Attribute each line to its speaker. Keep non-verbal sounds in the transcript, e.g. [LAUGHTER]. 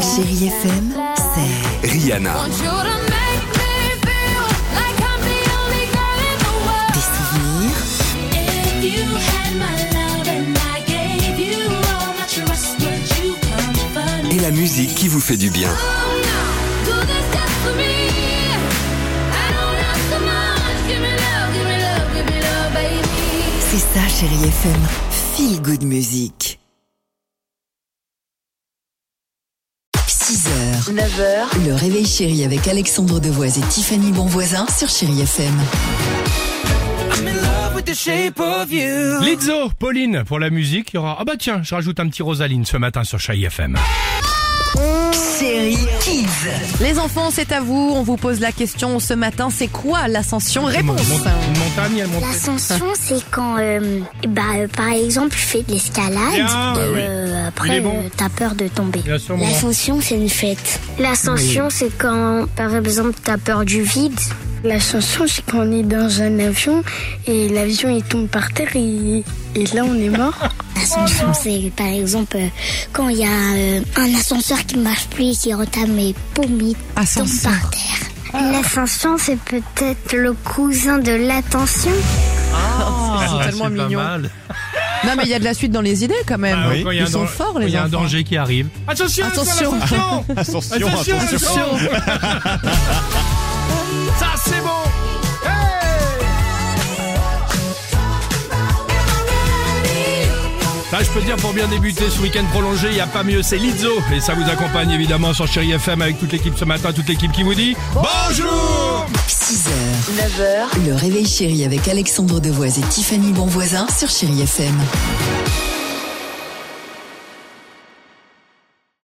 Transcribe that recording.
Speaker 1: Chérie FM, c'est
Speaker 2: Rihanna.
Speaker 1: des souvenirs
Speaker 2: Et la musique qui vous fait du bien.
Speaker 1: C'est ça, chérie FM. Feel good music. 6h, 9h, le réveil chéri avec Alexandre Devoise et Tiffany Bonvoisin sur Chéri FM.
Speaker 3: Lizzo, Pauline, pour la musique, il y aura... Ah bah tiens, je rajoute un petit Rosaline ce matin sur Chai FM.
Speaker 1: Chéri Kids.
Speaker 4: Les enfants, c'est à vous. On vous pose la question ce matin. C'est quoi l'ascension Réponse.
Speaker 3: Mon- mon- Une montagne, elle monte. Ah,
Speaker 5: L'ascension, c'est quand, euh, bah, euh, par exemple, tu fais de l'escalade
Speaker 3: Bien,
Speaker 5: et
Speaker 3: bah oui.
Speaker 5: euh,
Speaker 3: Il est
Speaker 5: après,
Speaker 3: bon.
Speaker 5: euh, t'as peur de tomber.
Speaker 3: Bien sûr, mon
Speaker 5: L'ascension, c'est une fête. L'ascension, c'est quand, par exemple, t'as peur du vide.
Speaker 6: L'ascension, c'est quand on est dans un avion et l'avion il tombe par terre et, et là on est mort.
Speaker 3: [LAUGHS]
Speaker 5: L'ascension, c'est par exemple euh, quand il y a euh, un ascenseur qui marche plus et qui entame mes pommiers tombe
Speaker 4: Ascension.
Speaker 5: par terre. L'ascension, c'est peut-être le cousin de l'attention.
Speaker 4: Ils sont tellement mignons. Non, mais il y a de la suite dans les idées quand même.
Speaker 3: Ah oui, quand il y a
Speaker 4: Ils
Speaker 3: un
Speaker 4: sont
Speaker 3: dan-
Speaker 4: forts,
Speaker 3: quand
Speaker 4: les
Speaker 3: Il y a un
Speaker 4: enfants.
Speaker 3: danger qui arrive. Attention,
Speaker 4: Attention.
Speaker 3: attention,
Speaker 7: Ascension,
Speaker 3: [LAUGHS] attention, attention. Ça c'est bon. Hey Là, je peux dire pour bien débuter ce week-end prolongé, il n'y a pas mieux, c'est Lizzo. Et ça vous accompagne évidemment sur Chéri FM avec toute l'équipe ce matin, toute l'équipe qui vous dit Bonjour
Speaker 1: 6h, 9h, le réveil chéri avec Alexandre Devoise et Tiffany Bonvoisin sur Chéri FM.